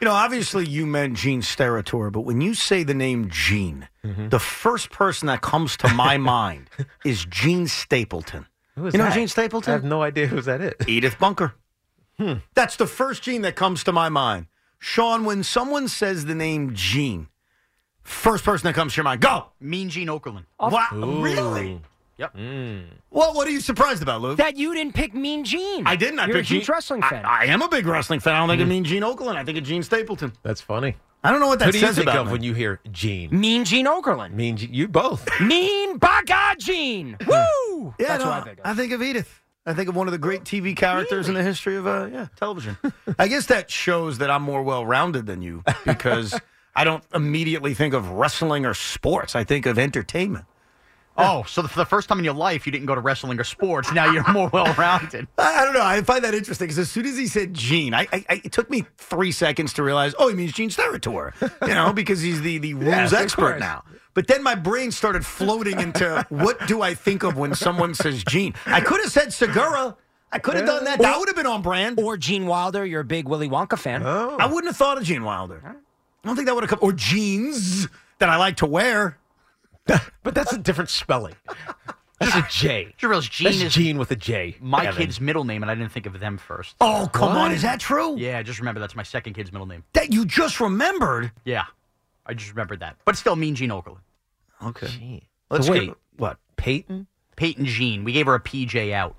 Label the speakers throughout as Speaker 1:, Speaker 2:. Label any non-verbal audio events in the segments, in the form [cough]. Speaker 1: You know, obviously you meant Gene Steratore, but when you say the name Gene, the first person that comes to my mind is Gene Stapleton.
Speaker 2: Who is
Speaker 1: you know
Speaker 2: that?
Speaker 1: Gene
Speaker 2: I have
Speaker 1: Stapleton?
Speaker 2: no idea who's that is.
Speaker 1: Edith Bunker. That's the first Gene that comes to my mind. Sean, when someone says the name Gene, first person that comes to your mind, go.
Speaker 3: Mean Gene Okerlund. Hmm.
Speaker 1: Wow, really?
Speaker 3: Yep.
Speaker 1: Well, what are you surprised about, Lou?
Speaker 4: That you didn't pick Mean Gene.
Speaker 1: I didn't. I
Speaker 4: You're a
Speaker 1: picked
Speaker 4: huge wrestling fan.
Speaker 1: I, I am a big wrestling fan. I don't think I mean Gene Oakland. I think of Gene Stapleton.
Speaker 2: That's funny.
Speaker 1: I don't know what that
Speaker 2: Who do you
Speaker 1: says
Speaker 2: think
Speaker 1: about
Speaker 2: of
Speaker 1: me.
Speaker 2: when you hear Gene?
Speaker 4: mean Gene Okerlund.
Speaker 2: Mean Gene- you both.
Speaker 4: Mean Baga Gene. Woo!
Speaker 1: Yeah,
Speaker 4: That's
Speaker 1: no,
Speaker 4: what I think of.
Speaker 1: I think of Edith. I think of one of the great TV characters in the history of uh, yeah
Speaker 4: [laughs]
Speaker 1: television. I guess that shows that I'm more well-rounded than you
Speaker 4: [laughs]
Speaker 1: because I don't immediately think of wrestling or sports. I think of entertainment.
Speaker 3: Oh, so for the first time in your life, you didn't go to wrestling or sports. Now you're more well rounded.
Speaker 1: [laughs] I, I don't know. I find that interesting because as soon as he said Gene, I, I, I it took me three seconds to realize, oh, he means Gene Steratore, you know, because he's the
Speaker 3: [laughs]
Speaker 1: the rules
Speaker 2: of
Speaker 1: expert
Speaker 2: course.
Speaker 1: now. But then my brain started floating into what do I think of when someone says Gene? I could have said Segura. I could have done that. That would have been on brand.
Speaker 4: Or Gene Wilder. You're a big Willy Wonka fan.
Speaker 1: I wouldn't have thought of Gene Wilder. I don't think that would have come. Or jeans that I like to wear.
Speaker 2: But that's a different spelling. That's a J.
Speaker 3: You realize Gene
Speaker 2: That's
Speaker 3: is
Speaker 2: Gene with a J.
Speaker 3: my
Speaker 2: Evan.
Speaker 3: kid's middle name, and I didn't think of them first.
Speaker 1: Oh, come on. Is that true?
Speaker 3: Yeah, just remember that's my second kid's middle name.
Speaker 1: That you just remembered.
Speaker 3: Yeah, I just remembered that. But still, Mean Gene Okerlund.
Speaker 1: Okay.
Speaker 2: Gene.
Speaker 1: Let's
Speaker 2: So
Speaker 1: go-
Speaker 2: wait. What? Peyton?
Speaker 3: Peyton Jean. We gave her a PJ out.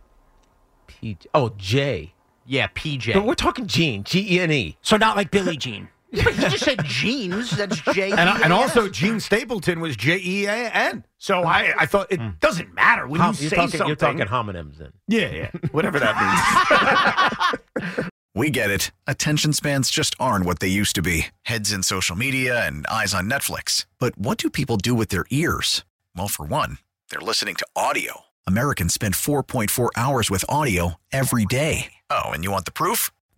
Speaker 2: P- oh, J.
Speaker 3: Yeah, PJ.
Speaker 2: But we're talking Gene. G E N E.
Speaker 4: So not like Billy Jean.
Speaker 3: But you just said jeans. That's
Speaker 1: [laughs]
Speaker 3: J.
Speaker 2: Oh,
Speaker 1: And, I- and also, Gene Stapleton was J E A N. So I, I thought it doesn't matter when you
Speaker 2: Hom-
Speaker 1: say
Speaker 2: Oh. Hmm. You're talking,
Speaker 1: something.
Speaker 2: you're talking [laughs] homonyms then.
Speaker 1: yeah, yeah, whatever that means.
Speaker 5: We get it. Attention spans just aren't what they used to be heads in social media and eyes on Netflix. But what do people do with their ears? Well, for one, they're listening to audio. Americans spend 4.4 hours with audio every day. Oh, and you want the proof?